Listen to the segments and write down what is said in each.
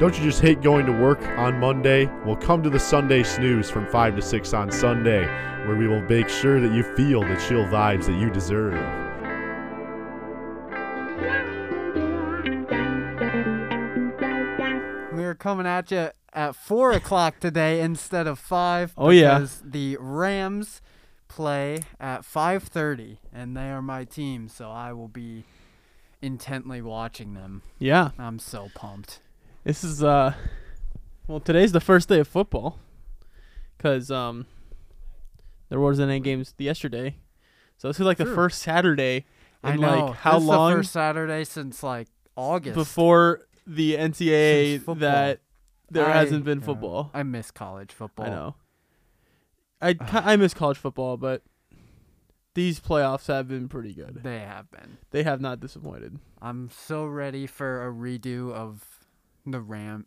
Don't you just hate going to work on Monday? Well, come to the Sunday snooze from 5 to 6 on Sunday, where we will make sure that you feel the chill vibes that you deserve. We are coming at you at four o'clock today instead of five. Oh, yeah. because the Rams play at five thirty, and they are my team, so I will be intently watching them. Yeah. I'm so pumped. This is uh well today's the first day of football cuz um there wasn't any games yesterday. So this is like the True. first Saturday I in know like how this is long the first Saturday since like August. before the NCAA Since football. that there I- hasn't been yeah, football. I miss college football. I know. I ki- I miss college football, but these playoffs have been pretty good. They have been. They have not disappointed. I'm so ready for a redo of the Rams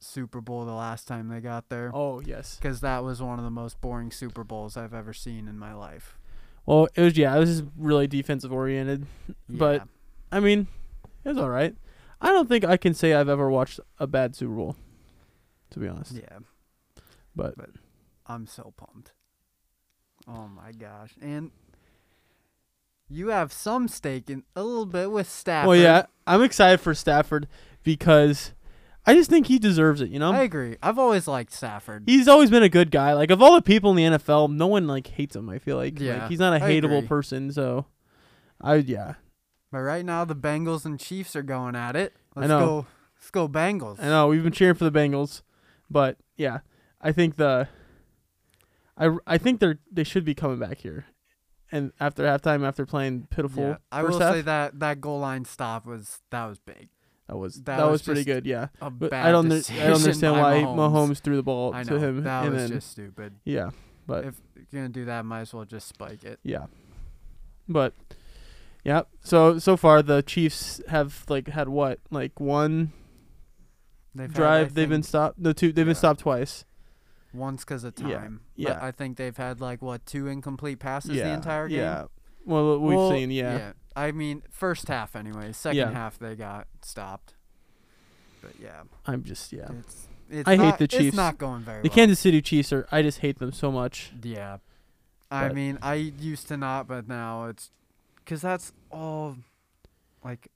Super Bowl the last time they got there. Oh, yes. because that was one of the most boring Super Bowls I've ever seen in my life. Well, it was yeah, it was just really defensive oriented. But Yeah. I mean, it was all right. I don't think I can say I've ever watched a bad Super Bowl, to be honest. yeah, But I'm so pumped. Oh my gosh! And you have some stake in a little bit with Stafford. well, yeah, I'm excited for Stafford because I just think he deserves it. You know, I agree. I've always liked Stafford. he's always been a good guy. Like of all the people in the NFL, no one like hates him. I feel like, Yeah, like he's not a I hateable agree. person. So, I yeah, But right now the Bengals and Chiefs are going at it. I Let's know. go. Let's go Bengals. I know we've been cheering for the Bengals, but yeah, I think the I I think they're they should be coming back here, and after halftime, after playing pitiful. Yeah, I first will half, say that that goal line stop was that was big. That was that, That was, was pretty just good, yeah. A But bad I don't under- decision I don't understand by why Mahomes. Mahomes threw the ball I know to him that and was then just stupid. yeah, but If you're gonna do that, might as well just spike it. yeah, but yeah. So so far the Chiefs have like had what like one They've had, drive I they've been think, stopped no two they've been yeah. stopped twice. once because of Yeah, time. But yeah. I think they've had like what two incomplete passes yeah, the entire game. yeah. Well, we've Well, seen yeah. I mean, first half anyway. Second Yeah. half they got stopped. But yeah, I'm just yeah. it's it's I hate not- the Chiefs. It's not going very The well. Kansas City Chiefs are I just hate them so much. yeah, I But- mean, I used to not, but now it's because that's all like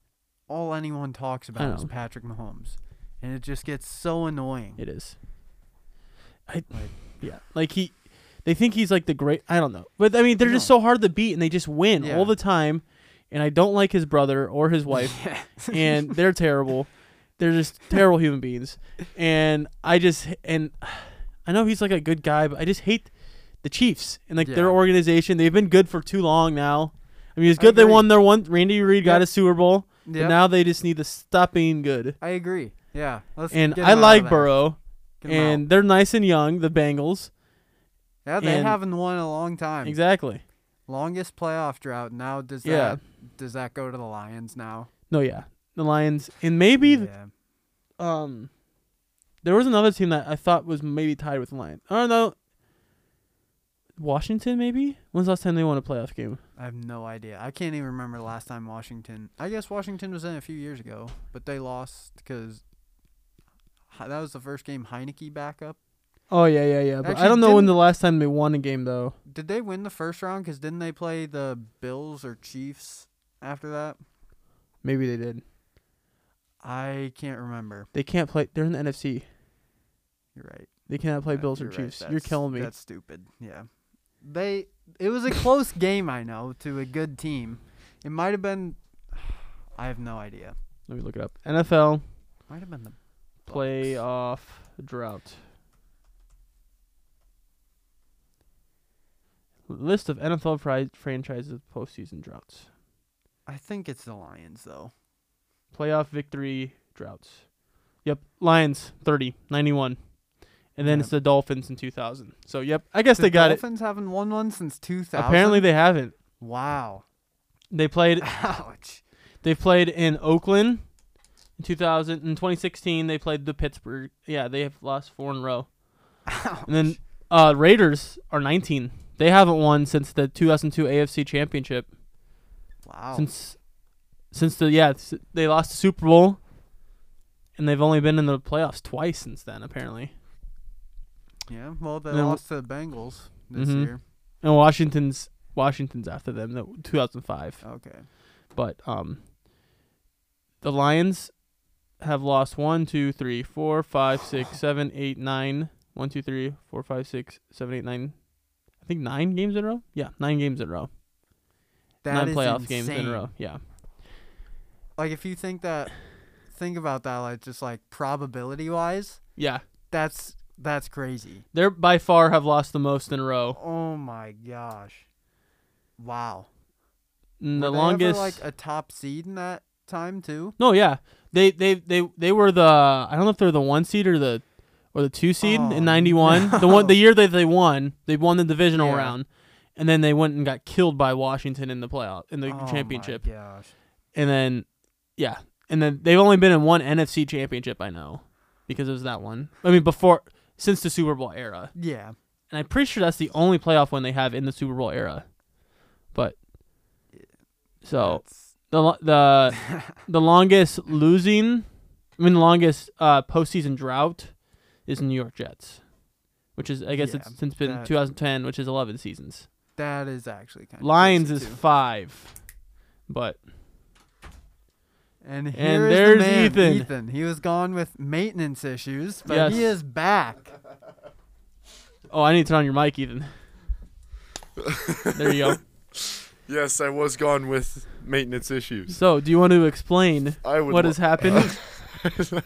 all anyone talks about is know. Patrick Mahomes, and it just gets so annoying. It is. I Like- yeah, like he, they think he's like the great. I don't know, but I mean they're just No. so hard to beat, and they just win Yeah. all the time. And I don't like his brother or his wife, Yeah. and they're terrible. They're just terrible human beings, and I just and I know he's like a good guy, but I just hate the Chiefs and like Yeah. their organization. They've been good for too long now. I mean, it's I good they agree. won their one. Randy Reid got Yep. a Super Bowl, but Yep. now they just need to stop being good. I agree. Yeah, let's And get I him out of like there. Burrow Get him out. and they're nice and young, the Bengals. Yeah, they And- haven't won in a long time. Exactly. Longest playoff drought. Now does Yeah. that does that go to the Lions now? No, yeah, the Lions, and maybe yeah. um, there was another team that I thought was maybe tied with the Lions. I don't know. Washington, maybe. When's the last time they won a playoff game? I have no idea. I can't even remember the last time Washington. I guess Washington was in a few years ago, but they lost because that was the first game Heineke back up. Oh yeah, yeah, yeah. But I Actually, don't know when didn't- the last time they won a game though. Did they win the first round? Because didn't they play the Bills or Chiefs after that? Maybe they did. I can't remember. They can't play. They're in the NFC. You're right. They cannot play Uh, Bills or you're right. Chiefs. You're That's- killing me. That's stupid. Yeah. They it was a close game, I know, to a good team. It might have been I have no idea. Let me look it up. NFL Might have been the Bucks. playoff drought. List of NFL fri- franchises with postseason droughts. I think it's the Lions though. Playoff victory droughts. Yep, Lions 30, 91. And then Yeah. it's the Dolphins in 2000. So, yep, I guess they got Dolphins haven't won one since 2000. it. Apparently they haven't. Wow. They played Ouch. they played in Oakland in 2000 in 2016 they played the Pittsburgh. Yeah, they have lost four in a row. Ouch. And then uh, Raiders are 19. They haven't won since the 2002 AFC Championship. wow. Oh. Since since the yeah, s- they lost the Super Bowl. and they've only been in the playoffs twice since then, apparently. Yeah, well, they No. lost to the Bengals this Mhm. year. And Washington's Washington's after them, the 2005. Okay. But um, the Lions have lost one, two, three, four, five, six, seven, eight, nine. One, two, three, four, five, six, seven, eight, nine. I think nine games in a row. Yeah, nine games in a row. That nine is playoff games in insane. a row. Yeah. Like, if you think that, think about that, like, just like probability wise, Yeah. that's that's crazy. They're by far have lost the most in a row. Oh my gosh. Wow. And the Were they ever, longest like a top seed in that time too. No, yeah. They they they they were the I don't know if they're the 1 seed or the or the 2 seed Oh, in 91. The one no. the year that they won, they won the divisional Yeah. round. And then they went and got killed by Washington in the playoff in the Oh my championship. gosh. And then yeah. And then they've only been in one NFC championship, I know, because it was that one. I mean, before since the Super Bowl era. Yeah. and I'm pretty sure that's the only playoff win they have in the Super Bowl era. But so that's- the lo- the the longest losing, I mean the longest uh, postseason drought is New York Jets, which is I guess Yeah, it's since been that- 2010, which is 11 seasons. that is actually kind of Lions is five, but and here and is there's the man, Ethan. He was gone with maintenance issues, but he Yes. is back. oh I need to turn on your mic, Ethan. there you go. Yes, I was gone with maintenance issues. So do you want to explain I would what lo- has happened?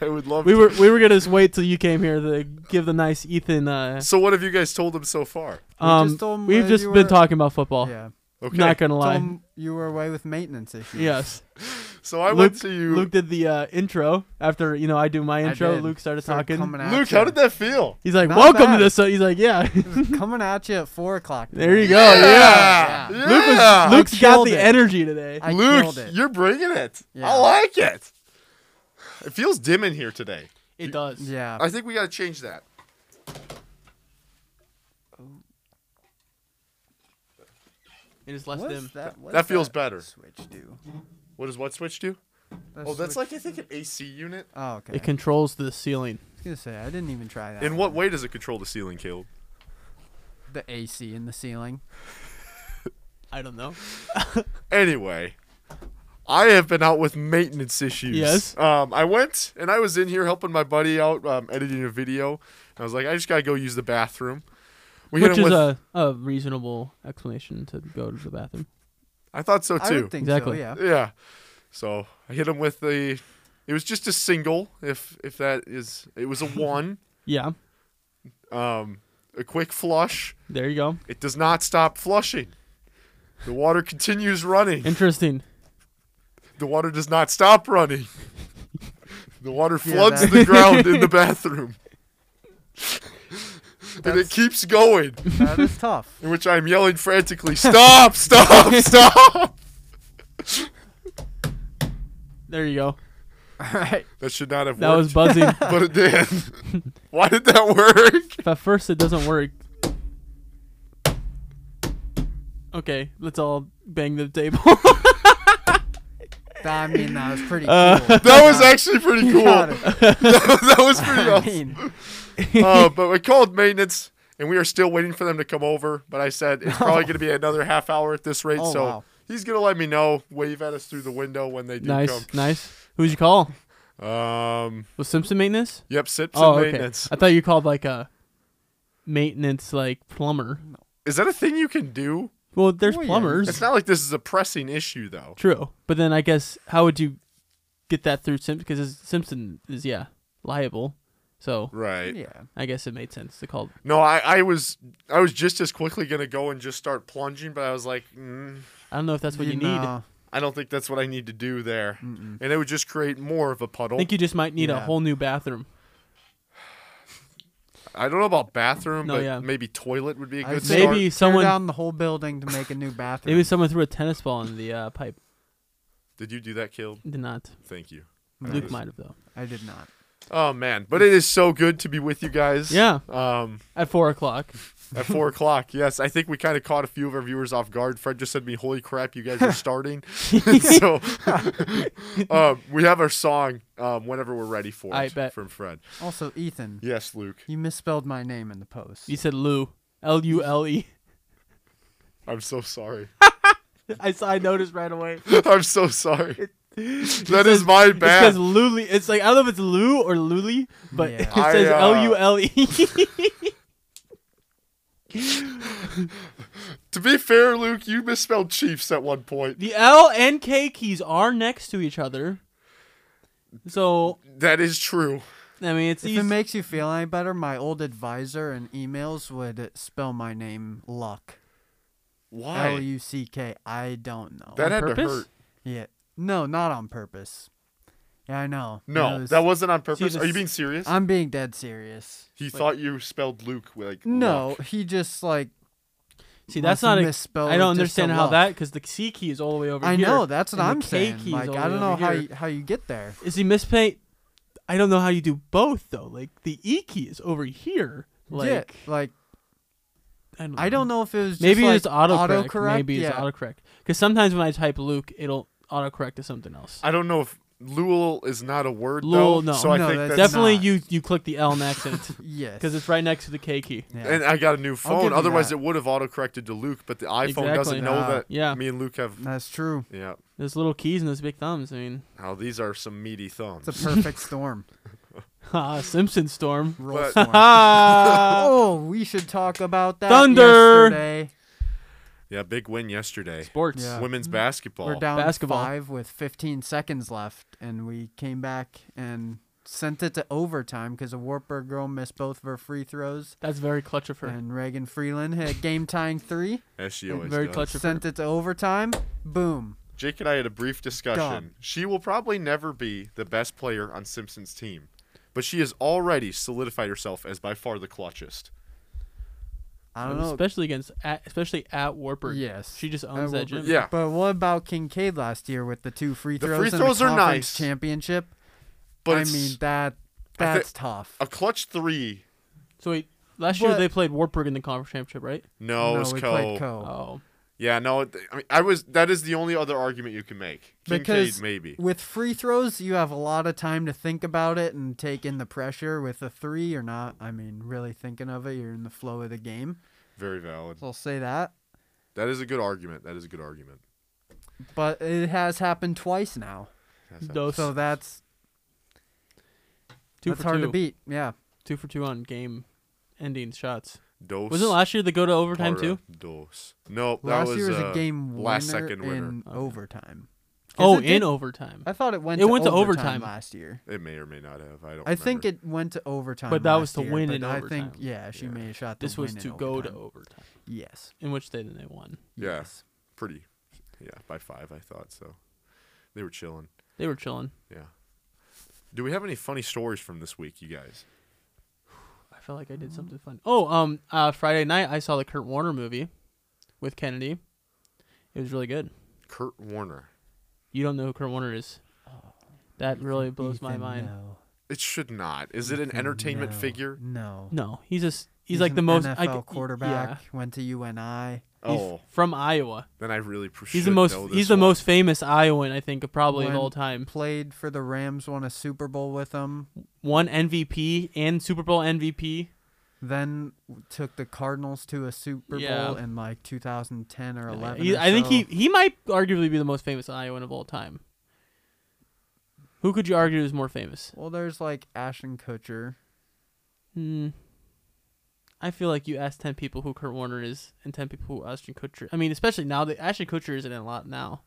I would love We to. were we were gonna just wait till you came here to give the nice Ethan. Uh, So what have you guys told him so far? We um, just told him we've that just you been were- talking about football. Yeah. Okay. Not gonna Told lie. him you were away with maintenance issues. Yes, so I Luke- went to you. Luke Luke, did the uh, intro after you know I do my I intro. did. Luke started Started talking. coming at ya. how did that feel? He's like, Not "Welcome bad. to this." So he's like, "Yeah." coming at you at four o'clock? there you tonight. go. Yeah. Yeah. Yeah. Luke was, Luke's got killed the it. energy today. I Luke, killed it. you're bringing it. Yeah. I like it. It feels dim in here today. it does. Yeah. I think we got to change that. It is less What's dim. that, what's That feels that better. Switch do. What does what switch do? That Oh, that's like switch- I think an AC unit. Oh, okay. It controls the ceiling. I was gonna say I didn't even try that. In one. what way does it control the ceiling, Caleb? The AC in the ceiling. I don't know. Anyway, I have been out with maintenance issues. Yes. Um, I went and I was in here helping my buddy out um, editing a video. I was like, I just gotta go use the bathroom. We Which hit him is with. a, a reasonable explanation to go to the bathroom. I thought so I too. would think Exactly. so. Yeah. yeah. So I hit him with the. It was just a single. If if that is, it was a one. Yeah. um, a quick flush. There you go. It does not stop flushing. The water continues running. Interesting. The water does not stop running. The water Yeah, floods that- the ground in the bathroom. and it That's- keeps going, That is tough. in which I'm yelling frantically, Stop, stop, stop! There you go. All right. That should not have That was worked. buzzing. but it did. Why did that work? If at first it doesn't work. Okay, let's all bang the table. That- I mean, that was pretty Uh, cool. That was actually pretty cool. Got that, it. that was pretty I awesome. mean, uh, but we called maintenance, and we are still waiting for them to come over. But I said it's probably going to be another half hour at this rate, Oh, so wow. he's going to let me know, wave at us through the window when they do nice, nice. Who'd you call? come. Um, Was Simpson maintenance? yep, Simpson oh, okay. maintenance. I thought you called like a maintenance like plumber. Is that a thing you can do? Well, there's Well, yeah, you It's plumbers. not like this is a pressing issue, though. True, but then I guess how would you get that through Simpson? Because Simpson is yeah liable, so Right. yeah. I guess it made sense to call. No, I, I was I was just as quickly going to go and just start plunging, but I was like, mm, I don't know if that's what you, need. I know, I don't think that's what I need to do there, mm-mm. and it would just create more of a puddle. think you just might need a Yeah. whole new bathroom. I don't know about bathroom, No, but yeah. maybe toilet would be a I'd good say start. Maybe Tear someone down the whole building to make a new bathroom. maybe someone threw a tennis ball in the uh, pipe. Did you do that, Killed? Did not. Thank you. No, Nice. Luke might have though. I did not. Oh man, but it is so good to be with you guys. Yeah, Um, at four o'clock. at four o'clock. Yes, I think we kind of caught a few of our viewers off guard. Fred just said to me, "Holy crap, you guys are starting!" so, um, we have our song um, whenever we're ready for I it bet. from Fred. Also, Ethan, Yes, Luke. you misspelled my name in the post. You said Lou, L U L E. I'm so sorry. I saw. I noticed right away. I'm so sorry. That is my It's bad. because Luli. It's like I don't know if it's Lou or Luli, but Yeah. it I, says uh, L U L E. To be fair, Luke, you misspelled Chiefs at one point. The L and K keys are next to each other, so That is true. I mean it's If it easy. makes you feel any better, my old advisor and emails would spell my name Luck. L Why? U C K. I don't know. That Oh, On had to purpose? hurt. yeah. No, not on purpose. Yeah, I know. No, Those- that wasn't on purpose. the Are you s- being serious? I'm being dead serious. He thought you spelled Luke like No, Luck. he just like See, must that's not. A, misspelled. I don't it just to understand how Luck. that because the C key is all the way over I here. know. That's what and the I'm K saying. key's Like all I the don't way know over how here. you, how you get there. Is he mispay? I don't know how you do both though. Like the E key is over here. Like yeah, like I don't. I don't know if it was just Maybe like, it's autocorrect. autocorrect. Maybe it's yeah. autocorrect. Because sometimes when I type Luke, it'll autocorrect to something else. I don't know if Lul is not a word Lul, though. no. So I No, think that's that's Definitely, not. you you click the L in accent Yes. because it's right next to the K key. Yeah. And I got a new give phone. you Otherwise, that. it would have autocorrected to Luke, but the iPhone Exactly. doesn't know Ah. that. Yeah. Me and Luke have. That's true. Yeah. Those little keys and those big thumbs. I mean, Now these are some meaty thumbs. It's a perfect storm. ah, Simpson storm. Roll But- storm. Ah, oh, we should talk about that Thunder! yesterday. yeah, big win yesterday. sports. Yeah. Women's basketball. We're down Basketball. five with 15 seconds left, and we came back and sent it to overtime because a Wartburg girl missed both of her free throws, That's very clutch of her. and Reagan Freeland hit a game tying three. As she It's always very does. clutch of her. Sent it to overtime. Boom. Jake and I had a brief discussion. Done. She will probably never be the best player on Simpson's team, but she has already solidified herself as by far the clutchest. I don't know. Especially against, at, especially at Warburg. Yes. She just At owns that Wartburg. gym. Yeah. But what about Kincaid last year with the two free The throws? free and a throws are conference nice, Championship. But I it's mean I that. thi- That's tough. a clutch three. So wait, last year But- they played Warburg in the conference championship, right? No, it no, was we Co. played Co. Oh, Yeah, no. th- I mean, I was. That is the only other argument you can make. Kincaid, Because- maybe. With free throws, you have a lot of time to think about it and take in the pressure. With a three, you're not, I mean, really thinking of it. You're in the flow of the game. Very valid. So I'll say that. That is a good argument. That is a good argument. But it has happened twice now. That's- Dos. So that's, two that's for hard two. to beat. Yeah. Two for two on game ending shots. Dos. Wasn't last year they go to overtime para too? Dos. No, that Last was, year was uh, a game winner last second winner. in Okay. overtime. 'Cause Oh, it in did- overtime. I thought it went It to went to overtime overtime. last year. It may or may not have. I don't. I think remember. it went to overtime. But that was last to year, win but in I overtime. think, yeah, she Yeah. made a shot to This was win to in go to overtime. overtime, Yes. in which they then they won. Yeah. Yes. pretty. Yeah, by five, I thought so. They were chilling. They were chilling. Yeah. Do we have any funny stories from this week, you guys? I felt like I did something fun. Oh, um, uh, Friday night I saw the Kurt Warner movie with Kennedy. It was really good. Kurt Warner. You don't know who Kurt Warner is. That really blows my Ethan, mind. no. It should not. Is it an entertainment No. figure? No. No, he's just he's, like the most NFL I g- quarterback. Went to UNI. Yeah, he's Oh, from Iowa. then I really pr- He's the should most know this he's the one. most famous Iowan I think probably of When- all time. Played for the Rams. Won a Super Bowl with them. One MVP and Super Bowl MVP. Then took the Cardinals to a Super Yeah. Bowl in like 2010 or 11. He- or I think so. he he might arguably be the most famous Iowan of all time. Who could you argue is more famous? Well, there's like Ashton Kutcher. Hmm. I feel like you ask ten people who Kurt Warner is, and ten people who Ashton Kutcher. I mean, especially now that Ashton Kutcher isn't in a lot now.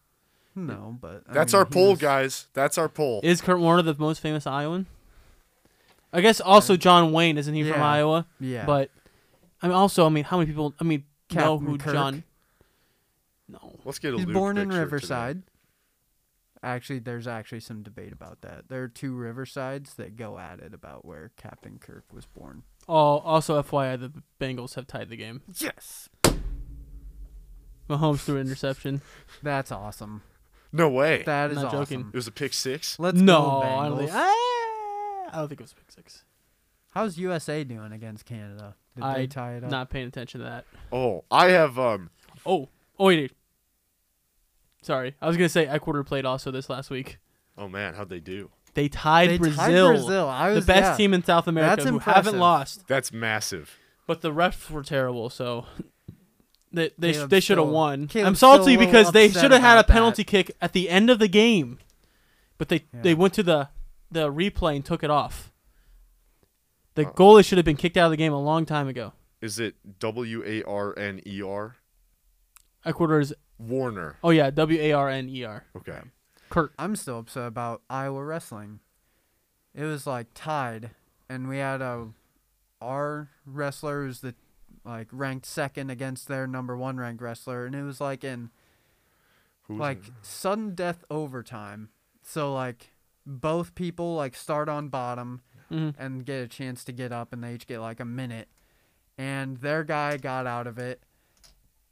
No, but I That's mean, our he poll, was- guys. That's our poll. Is Kurt Warner the most famous Iowan? I guess also John Wayne isn't he from Yeah. Iowa? Yeah. But I mean, also I mean, how many people? I mean, know Captain who Kirk. John? No. Let's get a he's Luke born in picture today. Riverside. Actually, there's actually some debate about that. There are two Riversides that go at it about where Captain Kirk was born. Oh, also FYI, the Bengals have tied the game. Yes. Mahomes threw an interception. That's awesome. No way. That is Not joking. awesome. it was a pick six. Let's no, go I don't Bengals. think- Ah, I don't think it was pick six. How's USA doing against Canada? Did I- they tie it up? Not paying attention to that. Oh, I have um Oh, oh wait. Sorry, I was gonna say Ecuador played also this last week. oh man, how'd they do? They tied, They tied Brazil, Brazil. I was the best yeah. team in South America, That's who impressive. haven't lost. That's massive. But the refs were terrible, so they they, sh- Caleb's they should have still- won. I'm Caleb's still a salty little because they upset should have had a about that. penalty kick at the end of the game, but they Yeah. they went to the the replay and took it off. The Oh. Uh-oh. goalie should have been kicked out of the game a long time ago. Is it W A R N E R? Ecuador's Warner. oh yeah W A R N E R Okay. Kurt. I'm still upset about Iowa wrestling. It was like tied, and we had a our wrestlers that like ranked second against their number one ranked wrestler, and it was like in Who's like it? sudden death overtime. So like both people like start on bottom Mhm. and get a chance to get up, and they each get like a minute. And their guy got out of it,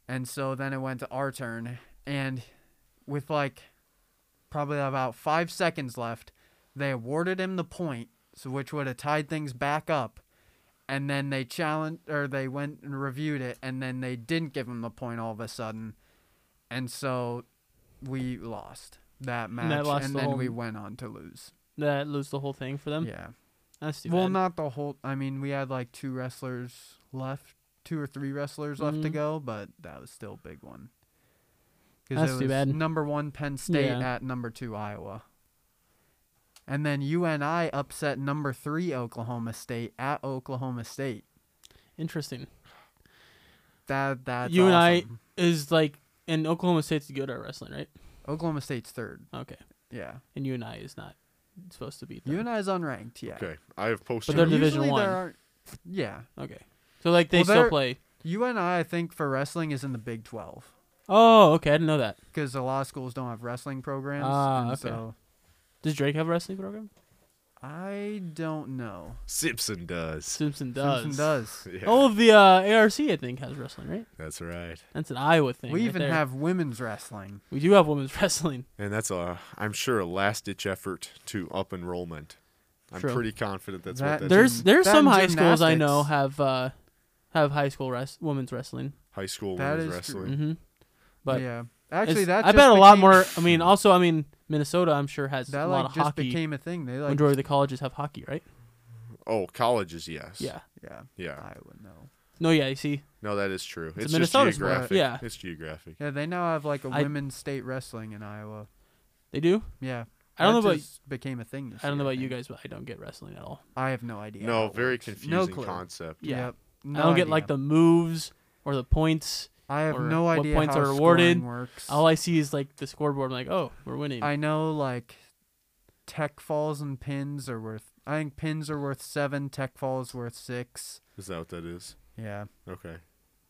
and so then it went to our turn, and with like probably about five seconds left, they awarded him the point, so which would have tied things back up. And then they challenged, or they went and reviewed it, and then they didn't give him the point all of a sudden, and so we lost that match, they and, lost the then whole- Um, we went on to lose. That lose the whole thing for them. yeah. That's too Well, bad. not the whole. I mean, we had like two wrestlers left, two or three wrestlers left to Mhm. go, but that was still a big one. 'Cause That's it too was bad. Number one Penn State Yeah. at number two Iowa, and then UNI upset number three Oklahoma State at Oklahoma State. Interesting. That that's UNI awesome. Is like and Oklahoma State's good at wrestling, right? Oklahoma State's third. Okay, Yeah, and UNI is not supposed to be. UNI is unranked. Yeah, Okay. I have posted But they're And Division usually One. there aren't- Yeah, Okay. So like they Well, still they're- play. UNI I think for wrestling is in the Big Twelve. Oh, okay. I didn't know that. because a lot of schools don't have wrestling programs. Ah, and okay. So Does Drake have a wrestling program? I don't know. Simpson does. Simpson does. Simpson does. Yeah, All of the uh, ARC I think has wrestling, right? that's right. That's an Iowa thing. we right even there. have women's wrestling. We do have women's wrestling. And that's a I'm sure a last ditch effort to up enrollment. I'm True. pretty confident that's That- what that There's is. gym- there's that some and high schools I know gymnastics. have uh, have high school res- women's wrestling. High school That women's is true. wrestling. Mm-hmm. But yeah, actually, it's- that I just bet a lot became- more. I mean, also, I mean, Minnesota, I'm sure has That a like lot of just hockey. became a thing. They like Majority of the colleges have hockey, right? Oh, colleges, yes. Yeah. Mm-hmm. yeah, Yeah. I would know. No, yeah. You see, No, that is true. a It's, just Minnesota sport. geographic. Yeah. It's geographic. Yeah, they now have like a I- women's state wrestling in Iowa. they do. Yeah, I don't that know about. just became a thing. This I don't know year, about you think. guys, but I don't get wrestling at all. I have no idea. how No, it very works. confusing no clue. concept. Yeah. Yep. I No don't get like idea. the moves or the points. I have or no what idea points how are awarded. scoring works. All I see is like the scoreboard. I'm like, oh, we're winning. I know like tech falls and pins are worth. I think pins are worth seven. Tech falls worth six. Is that what that is? Yeah, Okay.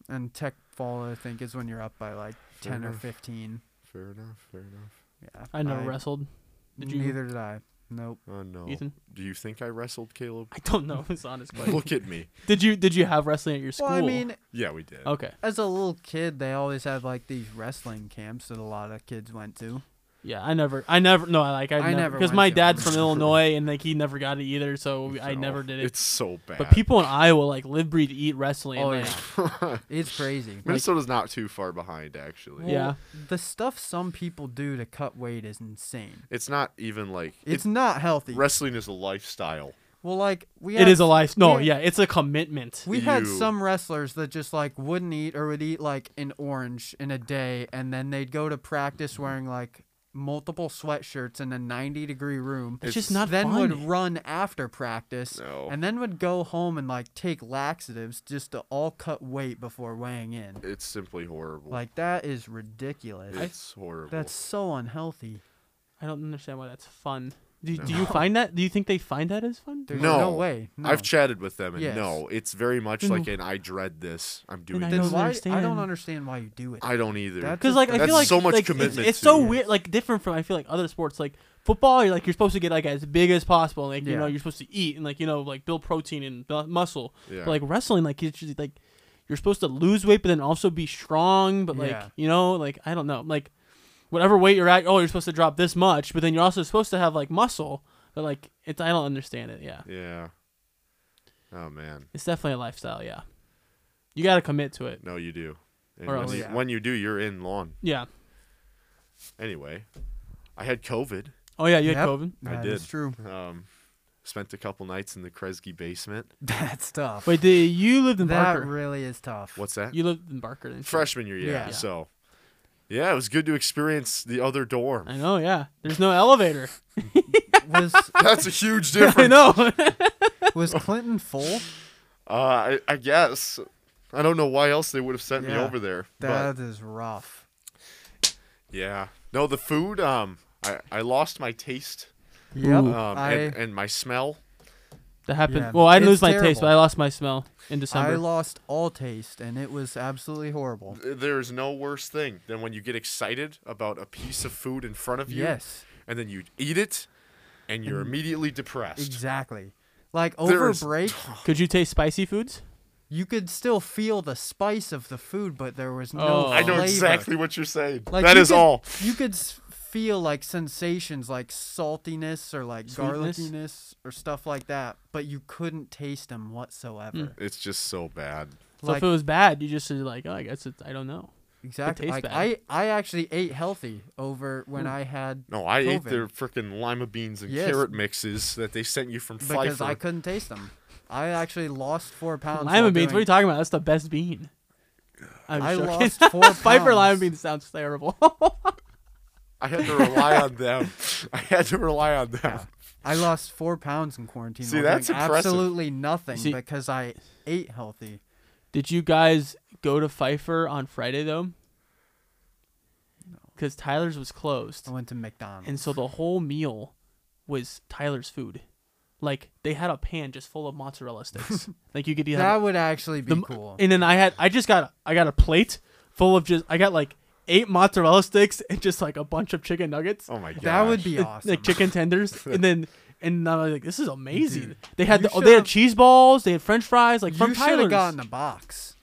and tech fall I think is when you're up by like Fair ten or enough. fifteen. Fair enough. Fair enough. Yeah, I never wrestled. Did you, Neither did I. Nope. Oh no. Ethan? Do you think I wrestled Caleb? I don't know. It's honest question. Look at me. did you Did you have wrestling at your school? Well, I mean, Yeah, we did. okay. as a little kid, they always had like these wrestling camps that a lot of kids went to. Yeah, I never, I never, no, like I, I never never, because went my to dad's one. from Illinois and like he never got it either, so I No, never did it. It's so bad. But people in Iowa like live, breathe, eat wrestling. Oh, like, yeah. It's crazy. Like, Minnesota's not too far behind actually. well, Yeah. The stuff some people do to cut weight is insane. It's not even like It's not healthy. wrestling is a lifestyle. well, like we. it had is a life. No, yeah. yeah, it's a commitment. We had You- some wrestlers that just like wouldn't eat or would eat like an orange in a day, and then they'd go to practice wearing like multiple sweatshirts in a 90 degree room. it's, just it's- not Then fun. would run after practice, No. and then would go home and like take laxatives just to all cut weight before weighing in. It's simply horrible. Like that is ridiculous. it's horrible. That's so unhealthy. I don't understand why that's fun. Do, No. do you find that? Do you think they find that is fun? There's no, no way. No. I've chatted with them and Yes. no, it's very much Then- like an I dread this. I'm doing Mm-hmm. I this. Then don't why? I don't understand. understand why you do it. I don't either. That's- Because like I That's feel like so much like, it's- commitment It's, so to- weird, like different from I feel like other sports. Like football, you're like you're supposed to get like as big as possible. Like Yeah. you know you're supposed to eat and like you know like build protein and bu- muscle. Yeah. But like wrestling, like it's just, like you're supposed to lose weight, but then also be strong. But like Yeah. you know, like I don't know, like whatever weight you're at, oh you're supposed to drop this much, but then you're also supposed to have like muscle. But like, it's I don't understand it. Yeah, Yeah. Oh man. it's definitely a lifestyle. Yeah, you got to commit to it. No, you do. And Or when, else- you, oh, Yeah. when you do, you're in lawn. Yeah. Anyway, I had COVID. Oh yeah, you had Yep. COVID. I That did. is true. Um, spent a couple nights in the Kresge basement. That's tough. Wait, did you lived in that Barker? really is tough. What's that? you lived in Barker. Didn't you? Freshman year, yeah. Yeah. So, yeah, it was good to experience the other dorm. I know. Yeah, there's no elevator. was That's a huge I difference. know. was Clinton full? Uh, I, I guess. I don't know why else they would have sent me Yeah. over there. But That is rough. yeah. No, the food. Um, I, I lost my taste. Yep. Um, Ooh. and, I- and my smell. that happened. Yeah. Well, I didn't It's lose my taste, terrible. but I lost my smell in December. I lost all taste, and it was absolutely horrible. There is no worse thing than when you get excited about a piece of food in front of you, Yes, and then you eat it, and you're immediately depressed. exactly. Like There over is- break, Could you taste spicy foods? you could still feel the spice of the food, but there was no Oh. I know flavor. exactly what you're saying. Like, that you is could- all. You could s- feel like sensations like saltiness or like Sweetness? garlickiness or stuff like that, but you couldn't taste them whatsoever. It's just so bad. Hmm. So Like if it was bad, you just are like, oh, I guess it's, I don't know. exactly. taste Like bad. Hmm. I, I actually ate healthy over when I had No, I ate COVID. their freaking lima beans and Yes. carrot mixes that they sent you from because I Pfeiffer. couldn't taste them. I actually lost four pounds. Lima while beans. What are doing- you talking about? That's the best bean. I'm I joking. lost four Fiber lima pounds. beans sounds terrible. I had to rely on them. I had to rely on them. I lost four pounds in quarantine. See, while that's doing impressive. absolutely nothing See- because I ate healthy. Did you guys go to Pfeiffer on Friday though? Because Tyler's was closed, I went to McDonald's. and so the whole meal was Tyler's food. Like they had a pan just full of mozzarella sticks. like you could eat that would actually be the- cool. And then I had I just got I got a plate full of just I got like eight mozzarella sticks and just like a bunch of chicken nuggets. Oh my god. that would be It- awesome. Like chicken tenders, and then and I was like, "This is amazing." Dude, they had you the, oh, they had should've- cheese balls, they had French fries, like from you should Tyler's. have gotten a box.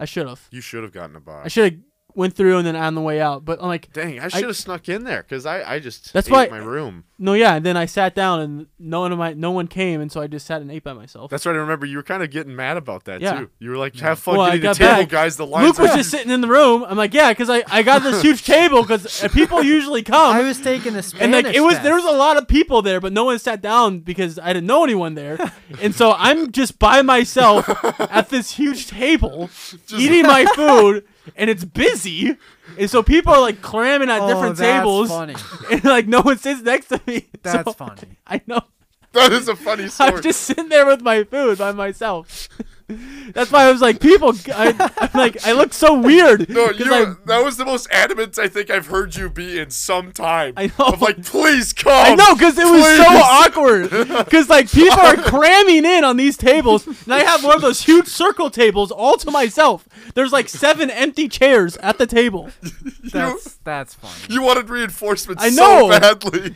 I should have. You should have gotten a I box. should have went through and then on the way out. But I'm like, Dang, I should have snuck in there because I, I just That's ate why- my room. no, yeah. And then I sat down and no one of my no one came, and so I just sat and ate by myself. That's right. I remember you were kind of getting mad about that Yeah. too. You were like, "Have fun Well, I getting the got table, back. guys." The lines Luke was are- just sitting in the room. I'm like, yeah, because I, I got this huge table because people usually come. I was taking a Spanish Um, and like it was there was a test. lot of people there but no one sat down because i didn't know anyone there and so i'm just by myself at this huge table eating my food and it's busy and so people are like clamming at Oh, different that's tables funny. and like no one sits next to me That's So, funny. i know that is a funny story. i'm just sitting there with my food by myself that's why i was like people I, i'm like i look so weird No, 'cause you. I- that was the most adamant I think I've heard you be in some time. I know. Of like, please come. I know, because it was so please. awkward. Because like people are cramming in on these tables, and I have one of those huge circle tables all to myself. There's like seven empty chairs at the table. That's that's funny. You wanted reinforcements I so know. badly.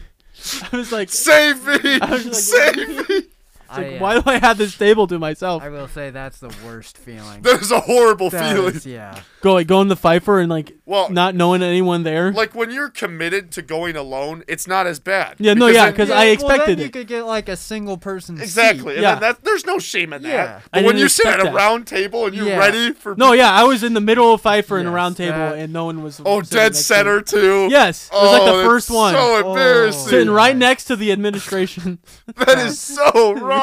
I was like, Save me! was like, Save me! I, uh, why do I have this table to myself? I will say that's the worst feeling. That is a horrible That feeling. is- yeah. Go like going to Pfeiffer and like Well- not knowing anyone there. Like when you're committed to going alone, it's not as bad. Yeah, no, Because yeah, then- 'cause I well, expected then You it. could get like a single person. seat. exactly. And Yeah. then that, there's no shame in that. Yeah. But I when didn't you sit at expect a that. round table and you're Yeah. ready for no, yeah, I was in the middle of Pfeiffer in a Yes, round table, that- and no one was. oh sitting dead next to center me. too. Yes, it was oh, like the that's first one. So embarrassing. Sitting right Nice. next to the administration. That is so rough.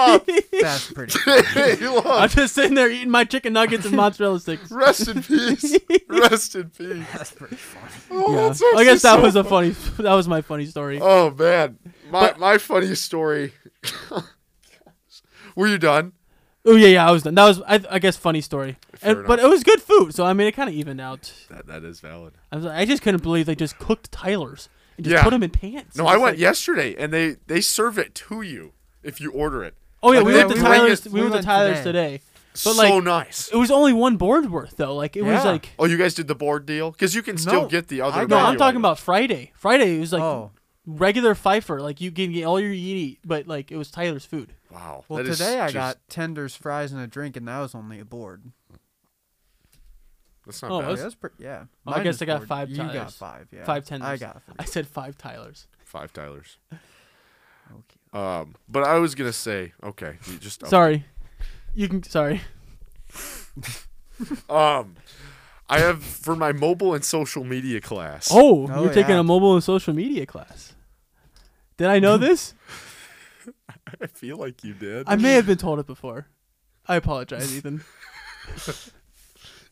That's pretty. hey, I'm look. just sitting there eating my chicken nuggets and mozzarella sticks. Rest in peace. Rest in peace. That's pretty funny. Oh, Yeah. that's actually I guess that so was a funny. funny. That was my funny story. Oh man, my But- my funny story. Were you done? oh yeah, yeah. I was done. That was I, I guess funny story. Fair And, but it was good food, so I mean it kind of evened out. That that is valid. I was like, I just couldn't believe they just cooked Tyler's and just Yeah. put him in pants. No, was I went like- yesterday, and they they serve it to you if you order it. Oh yeah, Like, we they went to bring it- Tyler's. we We went to went Tyler's today. today. But so like nice. it was only one board worth though. Like it was Yeah. like Oh, you guys did the board deal because you can still No, get the other. I no, got- menu I'm talking item. about Friday. Friday it was like oh regular Pfeiffer. Like you can get all your you eat, but like it was Tyler's food. Wow. well, that is today I just- got tenders, fries, and a drink, and that was only a board. That's not Oh, bad. that's- Yeah, that's pretty. Yeah. Oh, I Mine guess was I got board. five You got tires. five. Yeah. Five tenders. I got. Five. I said five Tyler's. Five Tyler's. Okay. Um, but I was gonna say, okay, you just Sorry. You can sorry. Um, I have for my mobile and social media class. Oh, Oh, you're taking yeah. a mobile and social media class. Did I know this? I feel like you did. I may have been told it before. I apologize, Ethan.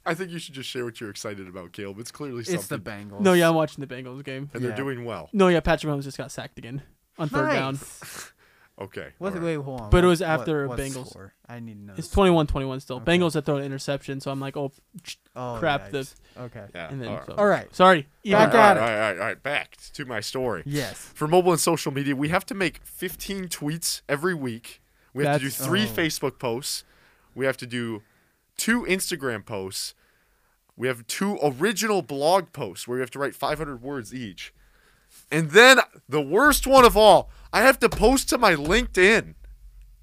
I think you should just share what you're excited about, Caleb. It's clearly something, It's the Bengals. No, yeah, I'm watching the Bengals game. and yeah. they're doing well. No, yeah, Patrick Mahomes just got sacked again on third down. Nice. Okay. What, all right. Wait, hold on. But it What- was what- after a what's the Bengals- score? I need to know. It's 21-21 still. Okay. Bengals had thrown an interception, so I'm like, oh, ch- oh, crap, the- yikes. Okay. Yeah. and then all right. so- All right. Sorry, Ethan. All Back right, at it. all right, all right, all right, back to my story. Yes. For mobile and social media, we have to make 15 tweets every week. We have to do That's- three oh. Facebook posts. We have to do two Instagram posts. We have two original blog posts where we have to write 500 words each. And then the worst one of all, I have to post to my LinkedIn.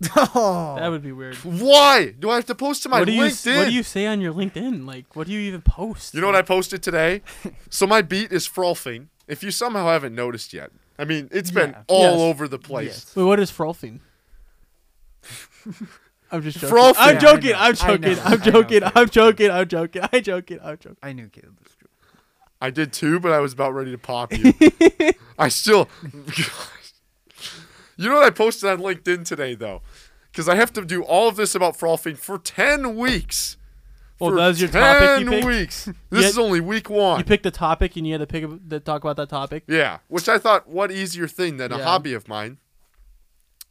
Oh. That would be weird. Why do I have to post to my what do you s- LinkedIn? What do you say on your LinkedIn? Like, what do you even post? You know what I posted today? so my beat is frolfing. If you somehow haven't noticed yet, I mean, it's been Yeah. all Yes. over the place. Wait, what is frolfing? I'm just joking. Frolfing. I'm Yeah, I joking. know. I'm I know. joking. I know. I'm joking. I'm joking. I'm joking. I'm joking. I'm joking. I knew Caleb was true. I did too, but I was about ready to pop you. I still. you know what I posted on LinkedIn today, though? Because I have to do all of this about frolfing for 10 weeks. Well, For that was your topic 10 you picked? weeks. This had- is only week one. You picked a topic and you had to pick up, to talk about that topic. Yeah, which I thought, what easier thing than a Yeah. hobby of mine?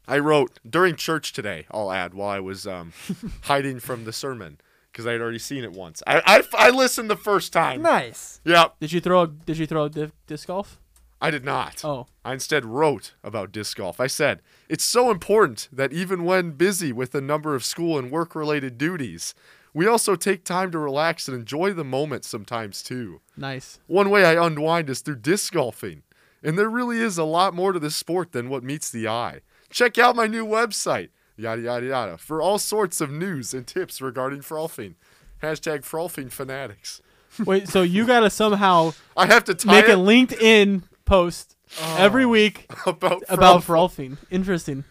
I wrote during church today. I'll add while I was um, hiding from the sermon because I had already seen it once. I, I, I listened the first time. Nice. Yeah, Did you throw? a- Did you throw a di- disc golf? I did not. Oh, I instead wrote about disc golf. I said, It's so important that even when busy with a number of school and work related duties, we also take time to relax and enjoy the moment sometimes too. nice. One way I unwind is through disc golfing, and there really is a lot more to this sport than what meets the eye. Check out my new website, yada yada yada, for all sorts of news and tips regarding frolfing. Hashtag frolfing fanatics. Wait, so you gotta somehow I have to tie make a it LinkedIn post every week about about about frolfing. Interesting.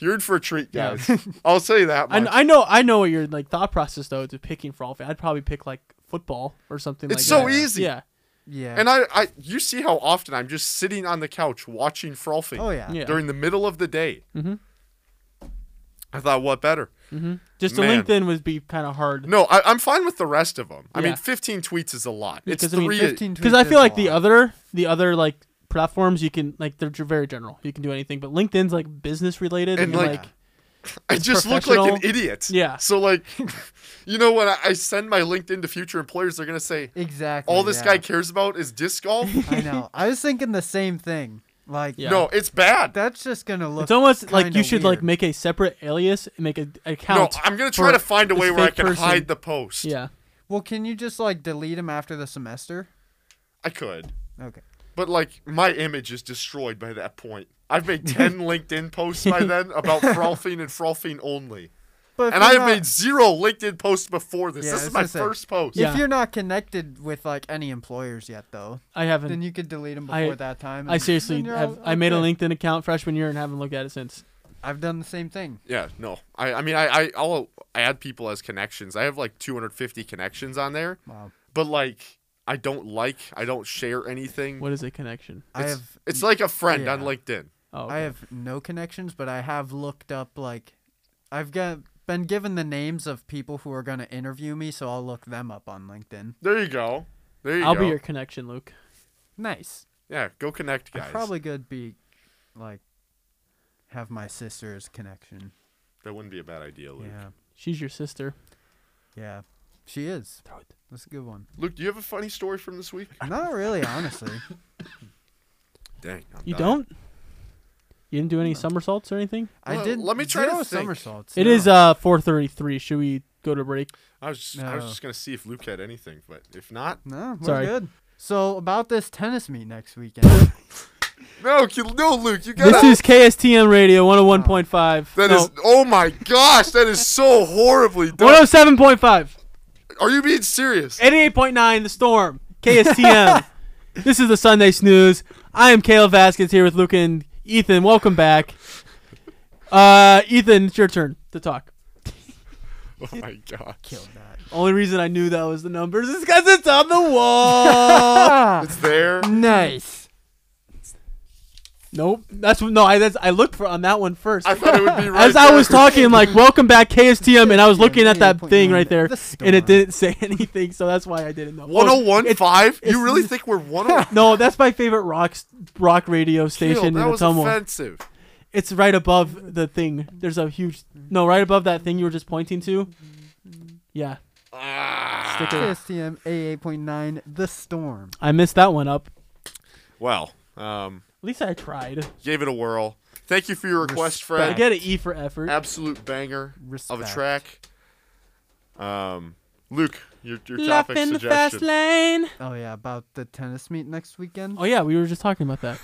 You're in for a treat, Yeah. guys. I'll say that I, much. I know. I know what your like thought process though to picking frolfing. I'd probably pick like football or something. It's like so that. easy. Yeah. Yeah. And I, I, you see how often I'm just sitting on the couch watching frolfing oh yeah. Yeah. during the middle of the day. Mhm. I thought, what better? hmm Just the Man. LinkedIn would be kind of hard. No, I, I'm fine with the rest of them. I mean, Yeah. 15 tweets is a lot. It's Because, I mean, three. 15 because tweets I is feel a like the lot. other the other like platforms you can like they're ge- very general. You can do anything, but LinkedIn's like business related And, and, like- like, I It's just look like an professional. idiot. Yeah. So like, you know, when I, I send my LinkedIn to future employers, they're gonna say, Exactly. "All this yeah. guy cares about is disc golf." I know. I was thinking the same thing. Like Yeah. No, it's bad. that's just gonna look. it's almost like you kinda should like weird. make a separate alias and make an No, account. I'm gonna try for to find a this way where I fake can person. hide the post. yeah. Well, can you just like delete them after the semester? I could, Okay. but like my image is destroyed by that point. I've made 10 LinkedIn posts by then about frolfing and frolfing only. But if And you're I have not- made zero LinkedIn posts before this. Yeah, this I is was my gonna say, first post. Yeah. If you're not connected with like any employers yet, though, I haven't. then you could delete them I- before that time. I and seriously then you're have. all- I made a okay. LinkedIn account freshman year and haven't looked at it since. I've done the same thing. Yeah, no. I, I mean, I, I, I'll add people as connections. I have like 250 connections on there, Wow. but like, I don't like, I don't share anything. What is a connection? I It's- have It's like a friend on yeah. LinkedIn. I Oh, okay. have no connections, but I have looked up like I've got been given the names of people who are going to interview me, so I'll look them up on LinkedIn. There you go. There you I'll go. be your connection, Luke. Nice. Yeah, go connect, guys. I probably could be like have my sister's connection. That wouldn't be a bad idea, Luke. Yeah. She's your sister. Yeah. She is. Throw it. That's a good one. Luke, do you have a funny story from this week? Not really, honestly. Dang. I'm You dying. don't. You didn't do any somersaults or anything. I Well, did let me try to zero think. somersaults. It no. is uh 4:33. Should we go to break? I was just, I was No. just gonna see if Luke had anything, but if not, No, we're Sorry. good. So about this tennis meet next weekend. no, you- no, Luke, you gotta. This is KSTM Radio 101.5. That no, is- oh my gosh, that is so horribly done. 107.5. Are you being serious? 88.9 The Storm. KSTM. this is the Sunday Snooze. I am Kale Vasquez here with Luke and Ethan, welcome back. Uh, Ethan, it's your turn to talk. Oh my god. Killed that. Only reason I knew that was the numbers is because it's on the wall. It's there. nice. nope, that's what- no. I that's, I looked for on that one first. I thought it would be right As I was there. talking, like, welcome back, KSTM, and I was looking at that 88.9, thing right there, the and it storm. didn't say anything, so that's why I didn't know. Oh, 1015? it's- You really think we're 101? No, that's my favorite rock rock radio station That in was Atomo. offensive. It's right above the thing. There's a huge no right above that thing you were just pointing to. Yeah, Ah. sticker. KSTM A8.9, The Storm. I missed that one up. Well, um, At least I tried. gave it a whirl. Thank you for your request, I Fred. get an E for effort. Absolute banger Respect. of a track. Um, Luke, your, your Life topic in the fast suggestion. lane. Oh, yeah, about the tennis meet next weekend. Oh yeah, we were just talking about that.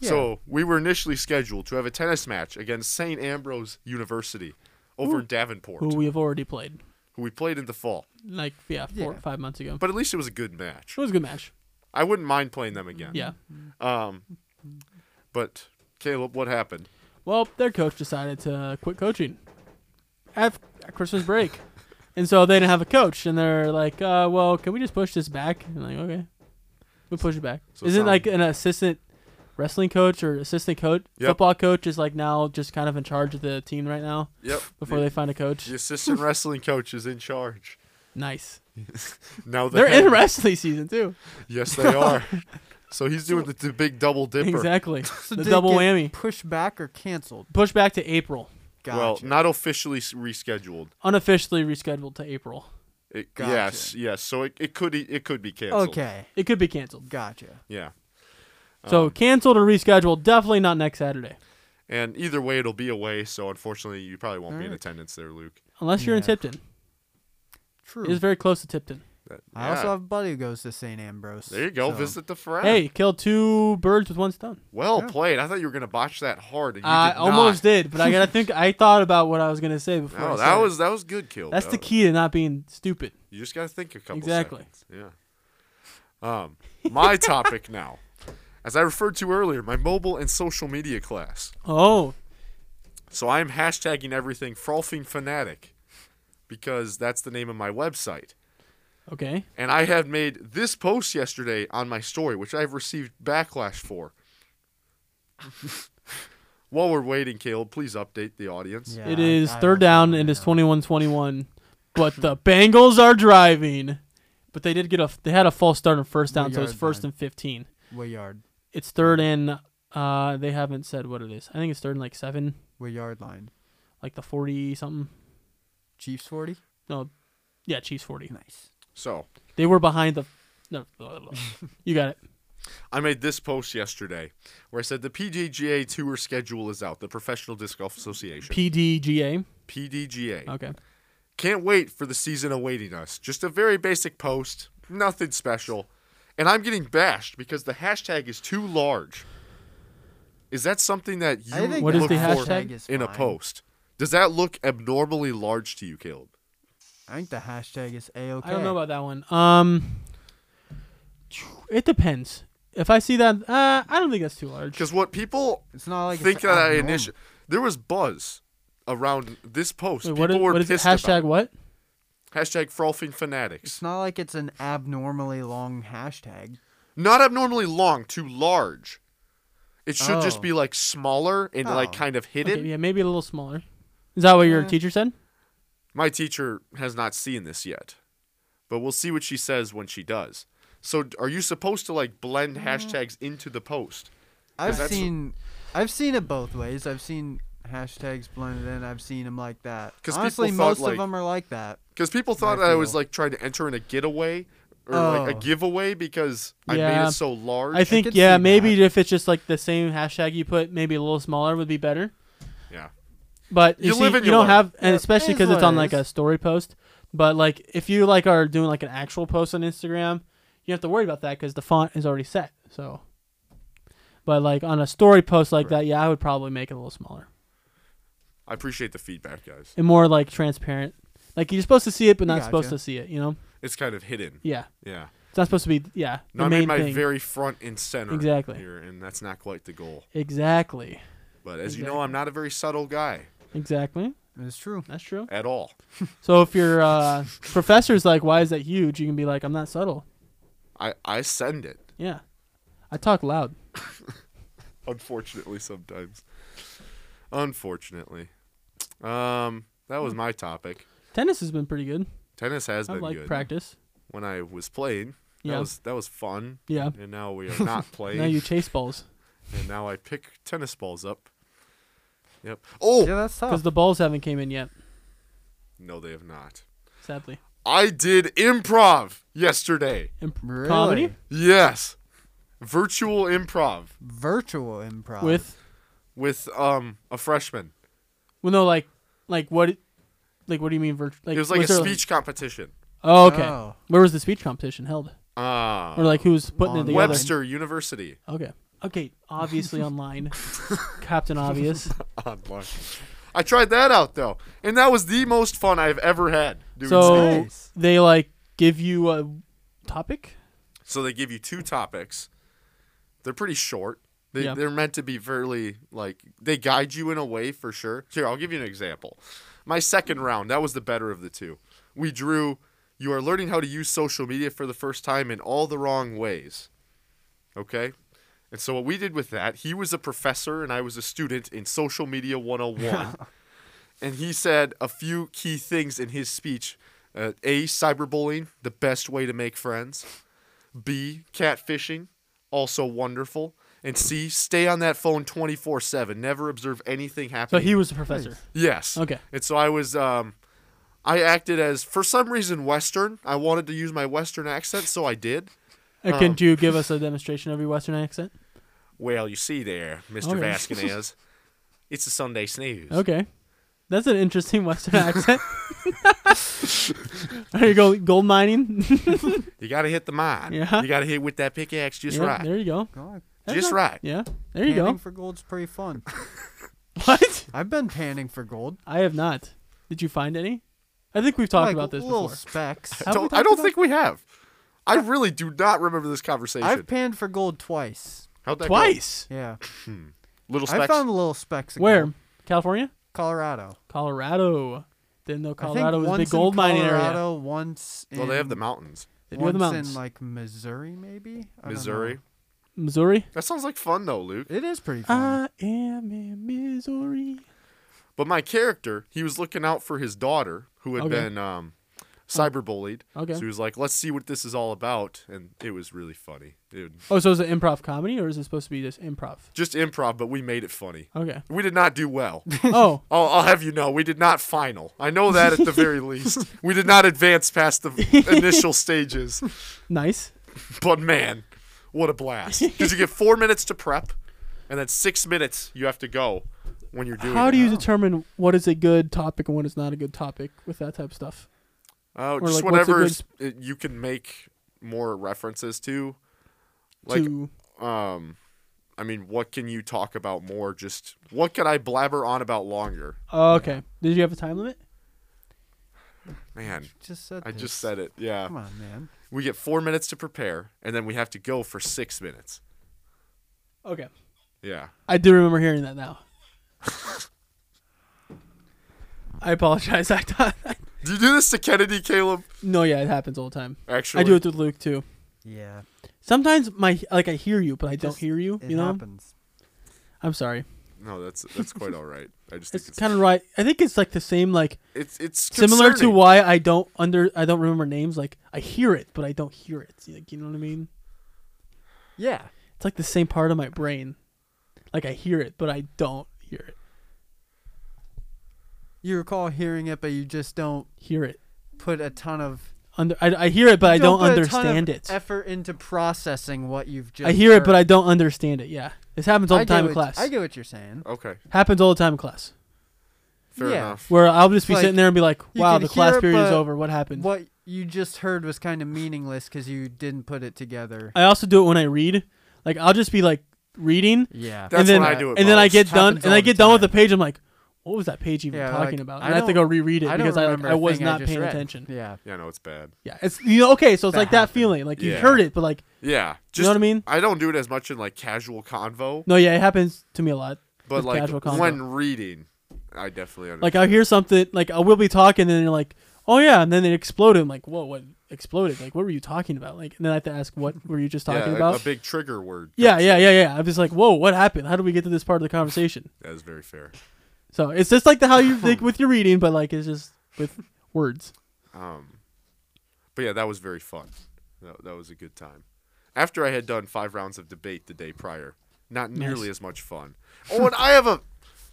So we were initially scheduled to have a tennis match against St. Ambrose University over in Davenport, Who we have already played, who we played in the fall. like yeah, four Yeah. five months ago. But at least it was a good match. It was a good match. I wouldn't mind playing them again. Yeah. Um, but Caleb, what happened? Well, their coach decided to quit coaching at at Christmas break. And so they didn't have a coach, and they're like, uh, "Well, can we just push this back?" And like, okay, we push it back. So Isn't Tom- like an assistant wrestling coach or assistant coach, Yep. football coach is like now just kind of in charge of the team right now Yep. before the, they find a coach. the assistant wrestling coach is in charge. Nice. Now the They're head- in wrestling season too. Yes, they are. so he's doing the, the big double dipper. Exactly. So the did it double get whammy. Pushed back or canceled? Push back to April. Gotcha. Well, not officially s- rescheduled. Unofficially rescheduled to April. It, Gotcha. Yes, yes. So it, it could e, it could be canceled. okay, It could be canceled. gotcha. Yeah. So Um, canceled or rescheduled. Definitely not next Saturday. and either way, it'll be away. So unfortunately, you probably won't be in Alright. attendance there, Luke. Unless you're in Yeah. Tipton. True. It is very close to Tipton. That- I also yeah. have a buddy who goes to St. Ambrose. There you go. so- Visit the friend. Hey, killed two birds with one stone. Well Yeah. played. I thought you were gonna botch that hard. And you I did almost not. did, but I gotta think. I thought about what I was gonna say before. I No, said that it. was Oh. that was good, Caleb. That's That the was- key to not being stupid. You just gotta think a couple. Exactly. Seconds. Yeah. Um, my topic now, as I referred to earlier, my mobile and social media class. Oh, So I am hashtagging everything Frolfing Fanatic, because that's the name of my website. okay. And I have made this post yesterday on my story, which I've received backlash for. While we're waiting, Caleb, please update the audience. Yeah, it I- is I third also down wanna and it's know. 21-21, but the Bengals are driving. But they did get a. They had a false start on first down, We so it's are first done. and fifteen. What yard? It's third and. Uh, they haven't said what it is. I think it's third and like seven, What yard line? like the forty something. Chiefs 40? No, yeah, Chiefs forty. Nice. So They were behind the. No, blah, blah, blah. you got it. I made this post yesterday where I said the PDGA tour schedule is out, the Professional Disc Golf Association. PDGA. PDGA. Okay. Can't wait for the season awaiting us. Just a very basic post, nothing special. And I'm getting bashed because the hashtag is too large. Is that something that you I think What is look the for hashtag is in a fine. post? Does that look abnormally large to you, Caleb? I think the hashtag is A-OK. I don't know about that one. Um, it depends. If I see that, uh, I don't think that's too large. Because what people It's not like think it's that I abnormal. initially there was buzz around this post. Wait, people what is, were what is it? pissed about Hashtag it. what? hashtag frolfing fanatics. It's not like it's an abnormally long hashtag. not abnormally long, too large. It should Oh. just be like smaller and Oh. like kind of hidden. Okay, yeah, maybe a little smaller. Is that what your Uh, teacher said? My teacher has not seen this yet, but we'll see what she says when she does. So, d- are you supposed to like blend Mm. hashtags into the post? I've that's- seen, I've seen it both ways. I've seen hashtags blended in. I've seen them like that. 'Cause people Honestly, thought, most like- of them are like that. Because people thought I I was feel- like trying to enter in a getaway or like Oh. a giveaway because I made Yeah. it so large. I think could yeah, see maybe that. if it's just like the same hashtag you put, maybe a little smaller would be better. yeah, But you, You see, live and you you don't learn. have, and Yeah, it especially is because it's what it on like is. a story post. But like if you like are doing like an actual post on Instagram, you have to worry about that because the font is already set. So, but like on a story post like that, yeah, I would probably make it a little smaller. I appreciate the feedback, guys. and more like transparent. Like you're supposed to see it, but not supposed Gotcha. to see it. You know? It's kind of hidden. Yeah. Yeah, It's not supposed to be yeah. No, The I made main my thing. very front and center Exactly. here, and that's not quite the goal. exactly. But as you know, I'm Exactly. not a very subtle guy Exactly. It's true. That's true. at all. So if your uh, professor's like, "Why is that huge?" You can be like, "I'm not subtle." I, I send it, Yeah, I talk loud. unfortunately, sometimes. Unfortunately. Um, that was my topic. Tennis has been pretty good. Tennis has I been like good. practice. When I was playing, that Yeah. was that was fun. Yeah. And now we are not playing. Now you chase balls and now I pick tennis balls up. Yep. Oh Yeah, that's because tough. the balls haven't came in yet. no, they have not. Sadly, I did improv yesterday. Imp- Really? comedy Yes. Virtual improv Virtual Uh, improv. with with um a freshman. well, no, like, like what, like what do you mean virtual? Like it was like a there, speech competition. oh, okay. Oh. Where was the speech competition held? Uh, Or like who's putting it on together? Webster University. Okay. Okay. Obviously online. Captain Obvious. Online. I tried that out though, and that was the most fun I've ever had. doing so stand-up. nice. they like give you a topic. so they give you two topics. They're pretty short. They, Yeah. They're meant to be fairly like they guide you in a way for sure. Here, I'll give you an example. My second round, that was the better of the two. We drew. You are learning how to use social media for the first time in all the wrong ways. Okay. And so what we did with that, he was a professor and I was a student in social media 101. and he said a few key things in his speech. Uh, a, cyberbullying, the best way to make friends. B, catfishing, also wonderful. And C, stay on that phone 24 7. Never observe anything So happening. he was a professor. Yes. Okay. And so I was, um, I acted as, for some reason, Western. I wanted to use my Western accent, so I did. Uh, Um, Can you give us a demonstration of your Western accent? Well, you see there, Mr. Okay. Vasquez, it's a Sunday snooze. Oh, Okay. That's an interesting Western accent. there you go. Gold mining. You got to hit the mine. Yeah. You got to hit with that pickaxe just Yeah, right. There you go. God, That's Just not- right. Yeah. There you panning go. for gold's pretty fun. What? I've been panning for gold. I have not. Did you find any? I think we've talked like about this little before. specks. Have we Don't, I talked don't about- think we have. I really do not remember this conversation. I've panned for gold twice. How'd that go? Twice. Yeah, Little I specks. found little specks. of Where? gold. California? Colorado. Colorado. Didn't know I Colorado think was a once big in gold mining area. Colorado, Once in well, they have the mountains. They do once have the mountains. in like Missouri, maybe. I don't know. Missouri. Missouri. That sounds like fun though, Luke. It is Uh, pretty fun. I am in Missouri. But my character, he was looking out for his daughter who had Okay. Oh. been um, cyberbullied. Okay. So he was like, "Let's see what this is all about," and it was really funny. It, Oh, so is it improv comedy or is it supposed to be just improv? just improv, but we made it funny. Okay. We did not do well. Oh, I'll, I'll have you know, we did not final. I know that at the very least. We did not advance past the initial stages. nice. But man, what a blast! Because you get four minutes to prep, and then six minutes you have to go when you're doing. How it. do you determine what is a good topic and what is not a good topic with that type of stuff? Oh, Or, just like, what's a whatever good- s- it- you can make more references to. Like, to um, I mean, what can you talk about more? Just what can I blabber on about longer? oh, okay. Did you have a time limit? Man, Just said. I just this. said it. Yeah, Come on, man. we get four minutes to prepare, and then we have to go for six minutes. Okay. Yeah, I do remember hearing that now. I apologize. I thought. do you do this to Kennedy, Caleb? no, yeah, it happens all the time. Actually, I do it with Luke too. Yeah, Sometimes my like I hear you, but I don't just- hear you. it You know. happens. I'm sorry. No, that's that's quite all right. I just think It's it's kind of right. I think it's like the same like It's it's similar to concerning. why I don't under I don't remember names. Like I hear it, but I don't hear it. Like you know what I mean? Yeah, It's like the same part of my brain. Like I hear it, but I don't hear it. you recall hearing it, but you just don't Hear it. put a ton of. Under I, I hear it, but I you don't put a ton of understand it. Effort into processing what you've just. I hear it, heard. but I don't understand it. Yeah, this happens all I the get time what- in class. I get what you're saying. Okay, happens all the time in class. fair Yeah. enough. Where I'll just be Like, sitting there and be like, you "Wow, can the hear class it, period is but over. What happened?" What you just heard was kind of meaningless because you didn't put it together. I also do it when I read. Like I'll just be like reading, Yeah. That's and then when I do it and then I most. get done Happens and I all the get done with the time. page. I'm like, what was that page even Yeah, talking like, about? I And I, have to go don't- reread it I don't because I like, remember I a was thing not just paying read. attention. Yeah. Yeah, no, it's bad. Yeah, it's you know okay, so it's That like that happened. feeling, like you Yeah. heard it, but like Yeah, just you know what I mean? I don't do it as much in like casual convo, No, yeah, it happens to me a lot. but With like casual convo. when reading, I definitely understand. Like I'll hear something, like I will be talking, and you're like, oh yeah, and then it exploded. I'm like, whoa, what exploded? Like, what were you talking about? Like, and then I have to ask, what were you just yeah, talking a- about? a big trigger word. yeah, yeah, yeah, yeah. I'm just like, whoa, what happened? How did we get to this part of the conversation? that is very fair. So it's just like the how you think with your reading, but like it's just with words. Um, but yeah, that was very fun. That, that was a good time. After I had done five rounds of debate the day prior, not nearly as much fun. Oh, and I have a,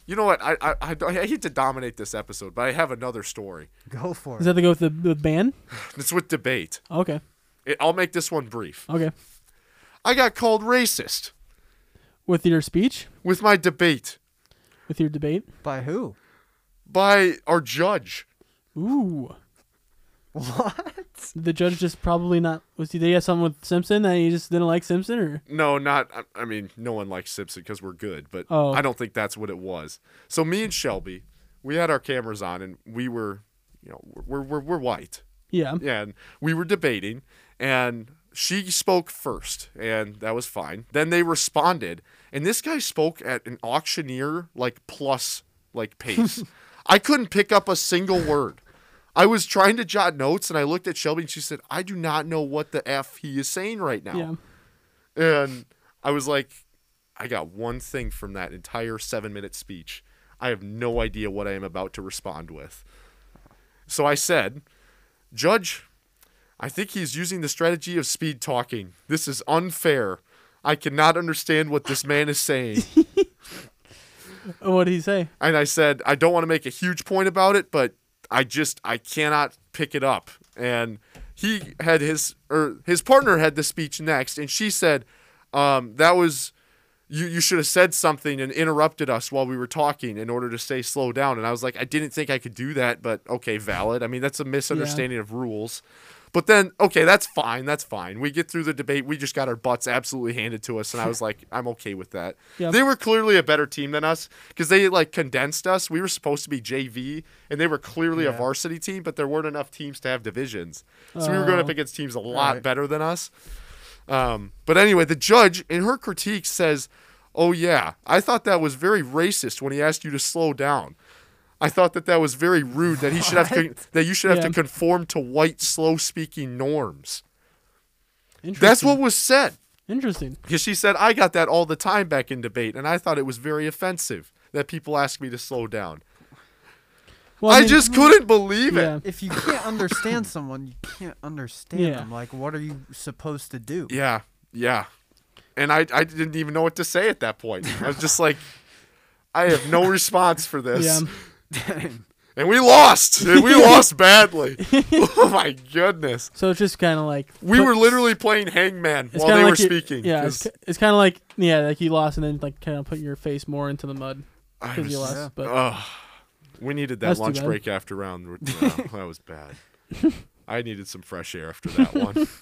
you know what? I I, I I hate to dominate this episode, but I have another story. Go for it. Does that have to go with the, the ban? It's with debate. Okay, It, I'll make this one brief. okay. I got called racist With your speech, with my debate with your debate. By who? by our judge. Ooh. What? The judge just probably not was he? Did he have something with Simpson that he just didn't like Simpson or? No, not. I- I mean, no one likes Simpson because we're good, but Oh. I don't think that's what it was. So me and Shelby, we had our cameras on, and we were, you know, we're we're, we're white, Yeah. and we were debating, and she spoke first, and that was fine. Then they responded, and this guy spoke at an auctioneer like plus like pace. I couldn't pick up a single word. I was trying to jot notes, and I looked at Shelby, and she said, "I do not know what the f he is saying right now." Yeah. And I was like, I got one thing from that entire seven minute speech. I have no idea what I am about to respond with. So I said, Judge, I think he is using the strategy of speed talking. This is unfair. I cannot understand what this man is saying. What did he say? and I said, I don't want to make a huge point about it, but I just I cannot pick it up. And he had his or his partner had the speech next, and she said, um, that was you you should have said something and interrupted us while we were talking in order to say slow down. And I was like, I didn't think I could do that, but okay, valid. I mean, that's a misunderstanding of rules. But then, okay, that's fine. That's fine. We get through the debate. We just got our butts absolutely handed to us, and I was like, I'm okay with that. Yeah. They were clearly a better team than us because they like condensed us. We were supposed to be JV, and they were clearly a Yeah. varsity team, but there weren't enough teams to have divisions, so we were going up Oh. against teams a lot Right. better than us. Um, but anyway, the judge in her critique says, "Oh yeah, I thought that was very racist when he asked you to slow down. I thought that that was very rude that he should have to, that you should have to Yeah. conform to white slow speaking norms. Interesting. That's what was said Interesting. because she said I got that all the time back in debate, and I thought it was very offensive that people asked me to slow down. Well, I, mean, just couldn't believe yeah. it. If you can't understand someone, you can't understand Yeah. them. Like, what are you supposed to do? Yeah, yeah. And I, I didn't even know what to say at that point. I was just like, I have no response for this. Yeah. And we lost. And we lost badly. oh my goodness. So it's just kind of like We but were literally playing hangman it's while they kinda were like you- speaking. Yeah. 'cause It's, it's kind of like yeah, like you lost and then like kind of put your face more into the mud I because you was- lost. Yeah. But Ugh. we needed that That's too lunch bad. break after round. Wow, that was bad. I needed some fresh air after that one. Let's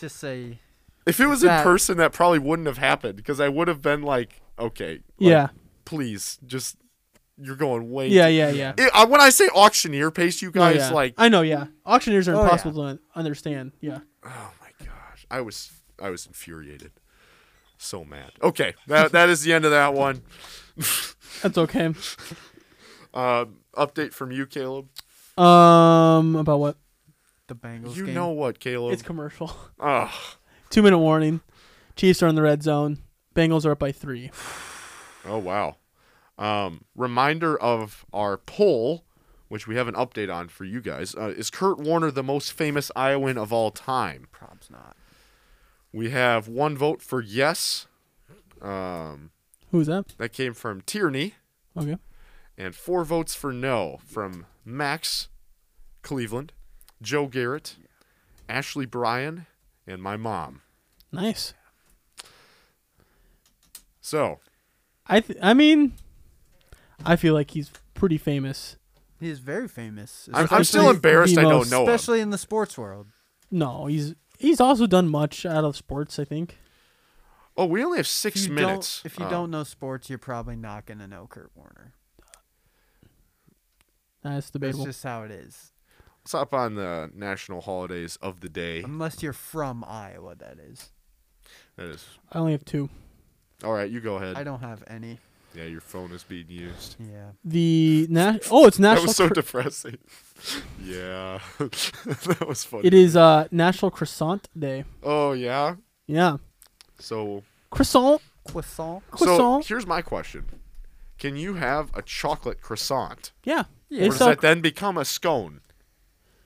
just say, If it was in That- person, that probably wouldn't have happened because I would have been like, okay, like, yeah, please, just you're going way. yeah, too- yeah, yeah. It- I, when I say auctioneer pace, you No, guys yeah. like, I know. Yeah. Auctioneers are Oh, yeah. impossible to un- understand. Yeah. oh my gosh, I was I was infuriated, so mad. Okay, that that is the end of that one. That's okay. Um, update from you, Caleb. Um, about what? the Bengals You game. know what, Caleb? It's commercial. Ugh. Two minute warning. Chiefs are in the red zone. Bengals are up by three. Oh wow. Um, reminder of our poll, which we have an update on for you guys. Uh, is Kurt Warner the most famous Iowan of all time? Prob's not. We have one vote for yes. Um, Who's that? that came from Tierney, Okay. and four votes for no from Max Cleveland, Joe Garrett, Ashley Bryan, and my mom. Nice. So I th- I mean, I feel like he's pretty famous. He is very famous. I'm, I'm Especially still embarrassed. I the don't most- know. him. especially in the sports world. No, he's he's also done much out of sports. I think. Oh, we only have If six you minutes. Don't, if you Um, don't know sports, you're probably not going to know Kurt Warner. That's That's debatable. just how it is. Let's hop on the national holidays of the day. Unless you're from Iowa, that is. That is. I only have two. All right, you go ahead. I don't have any. Yeah, your phone is being used. Yeah. The na- oh, it's That national. was so Cro- depressing. yeah, that was funny. it is uh National Croissant Day. Oh yeah. Yeah, So croissant, Croissant? so croissant. here's my question: Can you have a chocolate croissant, yeah, Yeah. or It's does a- that then become a scone?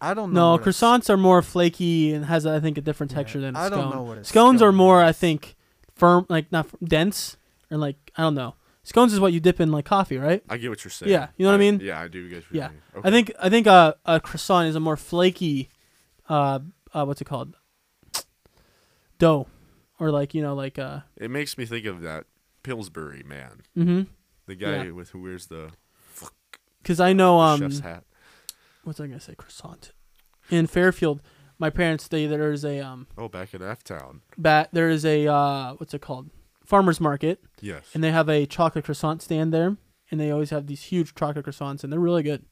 I don't know. no, what a s- croissants are more flaky and has I think a different Yeah, texture than a I scone. don't know what a Scones are scone more I is. think firm, like not firm, dense or like I don't know. Scones is what you dip in like coffee, right? I get what you're saying. Yeah, you know what I mean? Yeah, I do get what Yeah. you mean. I think I think uh, a croissant is a more flaky, uh, uh, what's it called? Dough, or like you know like uh, it makes me think of that Pillsbury man, mm-hmm. the guy Yeah. with who wears the, fuck, Because I know the um, chef's hat. what's I gonna say croissant in Fairfield. My parents they there is a um Oh, back in F Town. bat there is a uh what's it called farmers market Yes. and they have a chocolate croissant stand there and they always have these huge chocolate croissants and they're really good.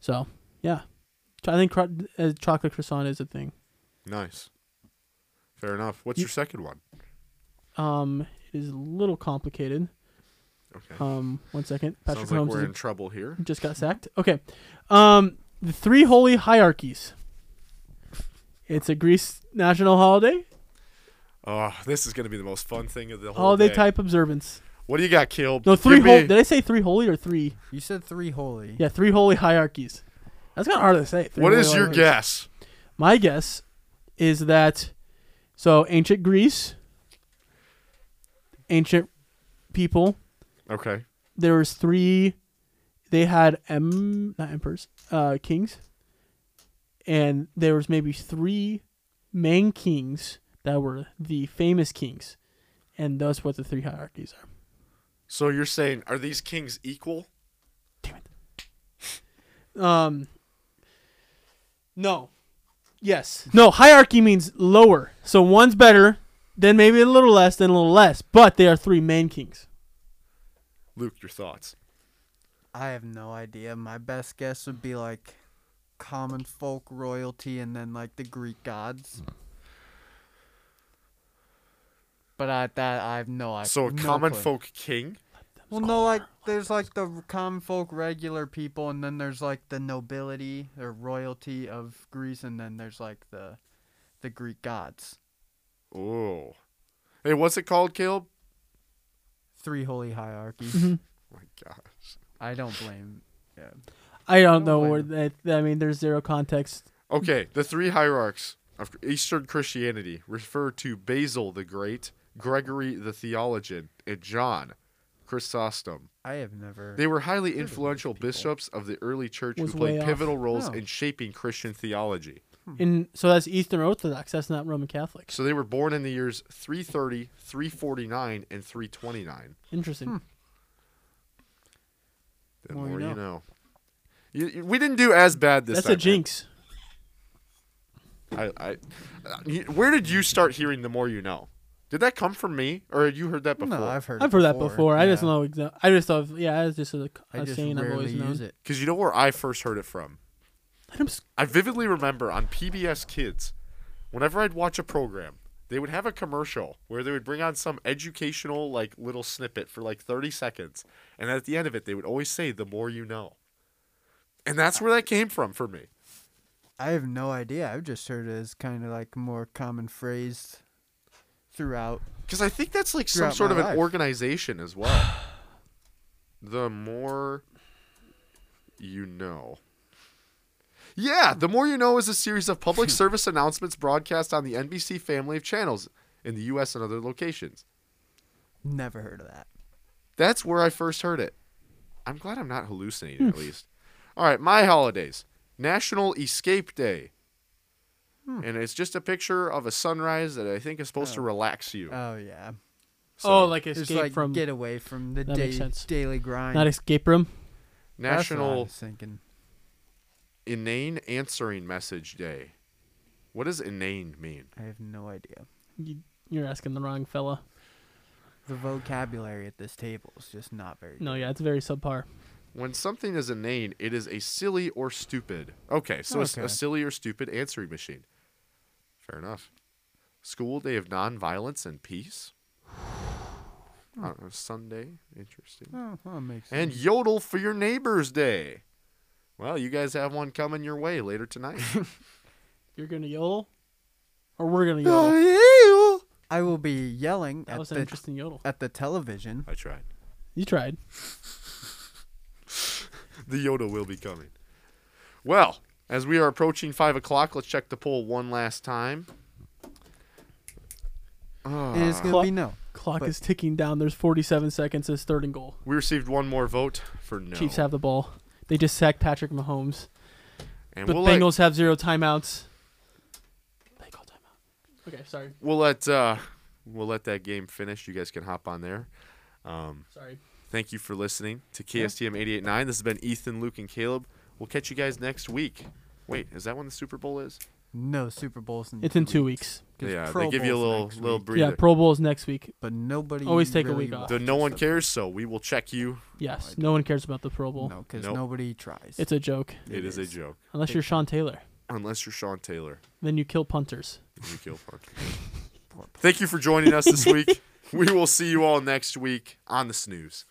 So yeah, Ch- I think cro- uh, chocolate croissant is a thing. nice. Fair enough. What's You- your second one? Um, it is a little complicated. Okay. Um, one second, Patrick Sounds like Holmes we're is a- in trouble here. just got sacked. Okay, um, the three holy hierarchies. It's a Greece national holiday, Oh, this is going to be the most fun thing of the whole holiday day. type observance. What do you got, Caleb? No, Give three holy. me- Did I say three holy or three? You said three holy. Yeah, three holy hierarchies. That's kind of hard to say. three What holy is your hierarchies. guess? My guess is that so ancient Greece, ancient people. Okay. There was three. They had em not emperors, uh, kings, and there was maybe three main kings that were the famous kings, and that's what the three hierarchies are. So you're saying, are these kings equal? Um. No. Yes. No. Hierarchy means lower. So one's better, then maybe a little less, then a little less. But they are three main kings. Luke, your thoughts. I have no idea. My best guess would be like common folk royalty and then like the Greek gods. Hmm. But I that I have no idea. so a no common clue. folk king? Well, no, like there's like the r- common folk, regular people, and then there's like the nobility or royalty of Greece, and then there's like the the Greek gods. Oh. Hey, what's it called, Caleb? Three holy hierarchies. Mhm. Oh my gosh. I don't blame. I Don't don't know blame where him. that. I mean, there's zero context. Okay, the three hierarchs of Eastern Christianity refer to Basil the Great, Gregory the Theologian, and John Chrysostom. I have never. They were highly those influential people. bishops of the early church who Was way played off. pivotal roles Oh. in shaping Christian theology. And so that's Eastern Orthodox. That's not Roman Catholic. So they were born in the years 330, 349, and 329. Interesting. Hmm. The Well, you more you know. know. You, you- we didn't do as bad this That's time. a jinx. man. I, I, uh, you- where did you start hearing the more you know? Did that come from me, or had you heard that before? No, I've heard. I've it heard that before. I just yeah. know. Exa- I just thought. Yeah, it's just a, I a just saying I've rarely always known. use it. Because you know where I first heard it from? I don't s- I vividly remember on PBS Kids, whenever I'd watch a program, they would have a commercial where they would bring on some educational like little snippet for like 30 seconds, and at the end of it they would always say the more you know. And that's where that came from for me. I have no idea. I've just heard it as kind of like more common phrased throughout. Cuz I think that's like some Throughout sort my of an life. organization as well. the more you know. Yeah, The More You Know is a series of public service announcements broadcast on the NBC family of channels in the US and other locations. Never heard of that. That's where I first heard it. I'm glad I'm not hallucinating Hmm. at least. All right, my holidays. National Escape Day. And it's just a picture of a sunrise that I think is supposed to relax you. Hmm. Oh yeah, oh, like it's escape like from get away from the That makes day, sense. daily grind. not e- escape room. That's what I National was thinking. Inane Answering Message Day. What does inane mean? I have no idea. You, you're asking the wrong fella. The vocabulary at this table is just not very. No, yeah, it's very subpar. When something is inane, it is a silly or stupid. Okay, so it's Okay. a silly or stupid answering machine. Fair enough. School day of nonviolence and peace. I don't know, Sunday. Interesting. Oh, that makes sense. And yodel for your neighbor's day. Well, you guys have one coming your way later tonight. You're gonna yodel, or we're gonna yodel. Oh, I will be yelling That at was an the, interesting yodel. at the television. yeah. I tried. You tried. The Yoda will be coming. Well, as we are approaching five o'clock, let's check the poll one last time. and it's Ah. going Clock- to be no. Clock But- is ticking down. There's 47 seconds. It's third and goal. we received one more vote for no. Chiefs have the ball. They just sacked Patrick Mahomes. and But we'll let, Bengals have zero timeouts. They call timeout. Okay, sorry. we'll let uh, we'll let that game finish. You guys can hop on there. Um, Sorry. thank you for listening to KSTM 889. This has been Ethan, Luke, and Caleb. We'll catch you guys next week. Wait, is that when the Super Bowl is? No Super Bowls in It's in two weeks. weeks. 'Cause yeah, Pro they give you a Bowl's little next little week, breather. Yeah, Pro Bowl is next week. But nobody Always take a really week off. Though watches no one them. cares, so we will check you. I Yes, don't. no one cares about the Pro Bowl. No, because Nope. nobody tries. It's a joke. it is, a joke, Unless you're Sean Taylor, unless you're Sean Taylor. then you kill punters. We kill punters. Thank you for joining us this week. We will see you all next week on the snooze.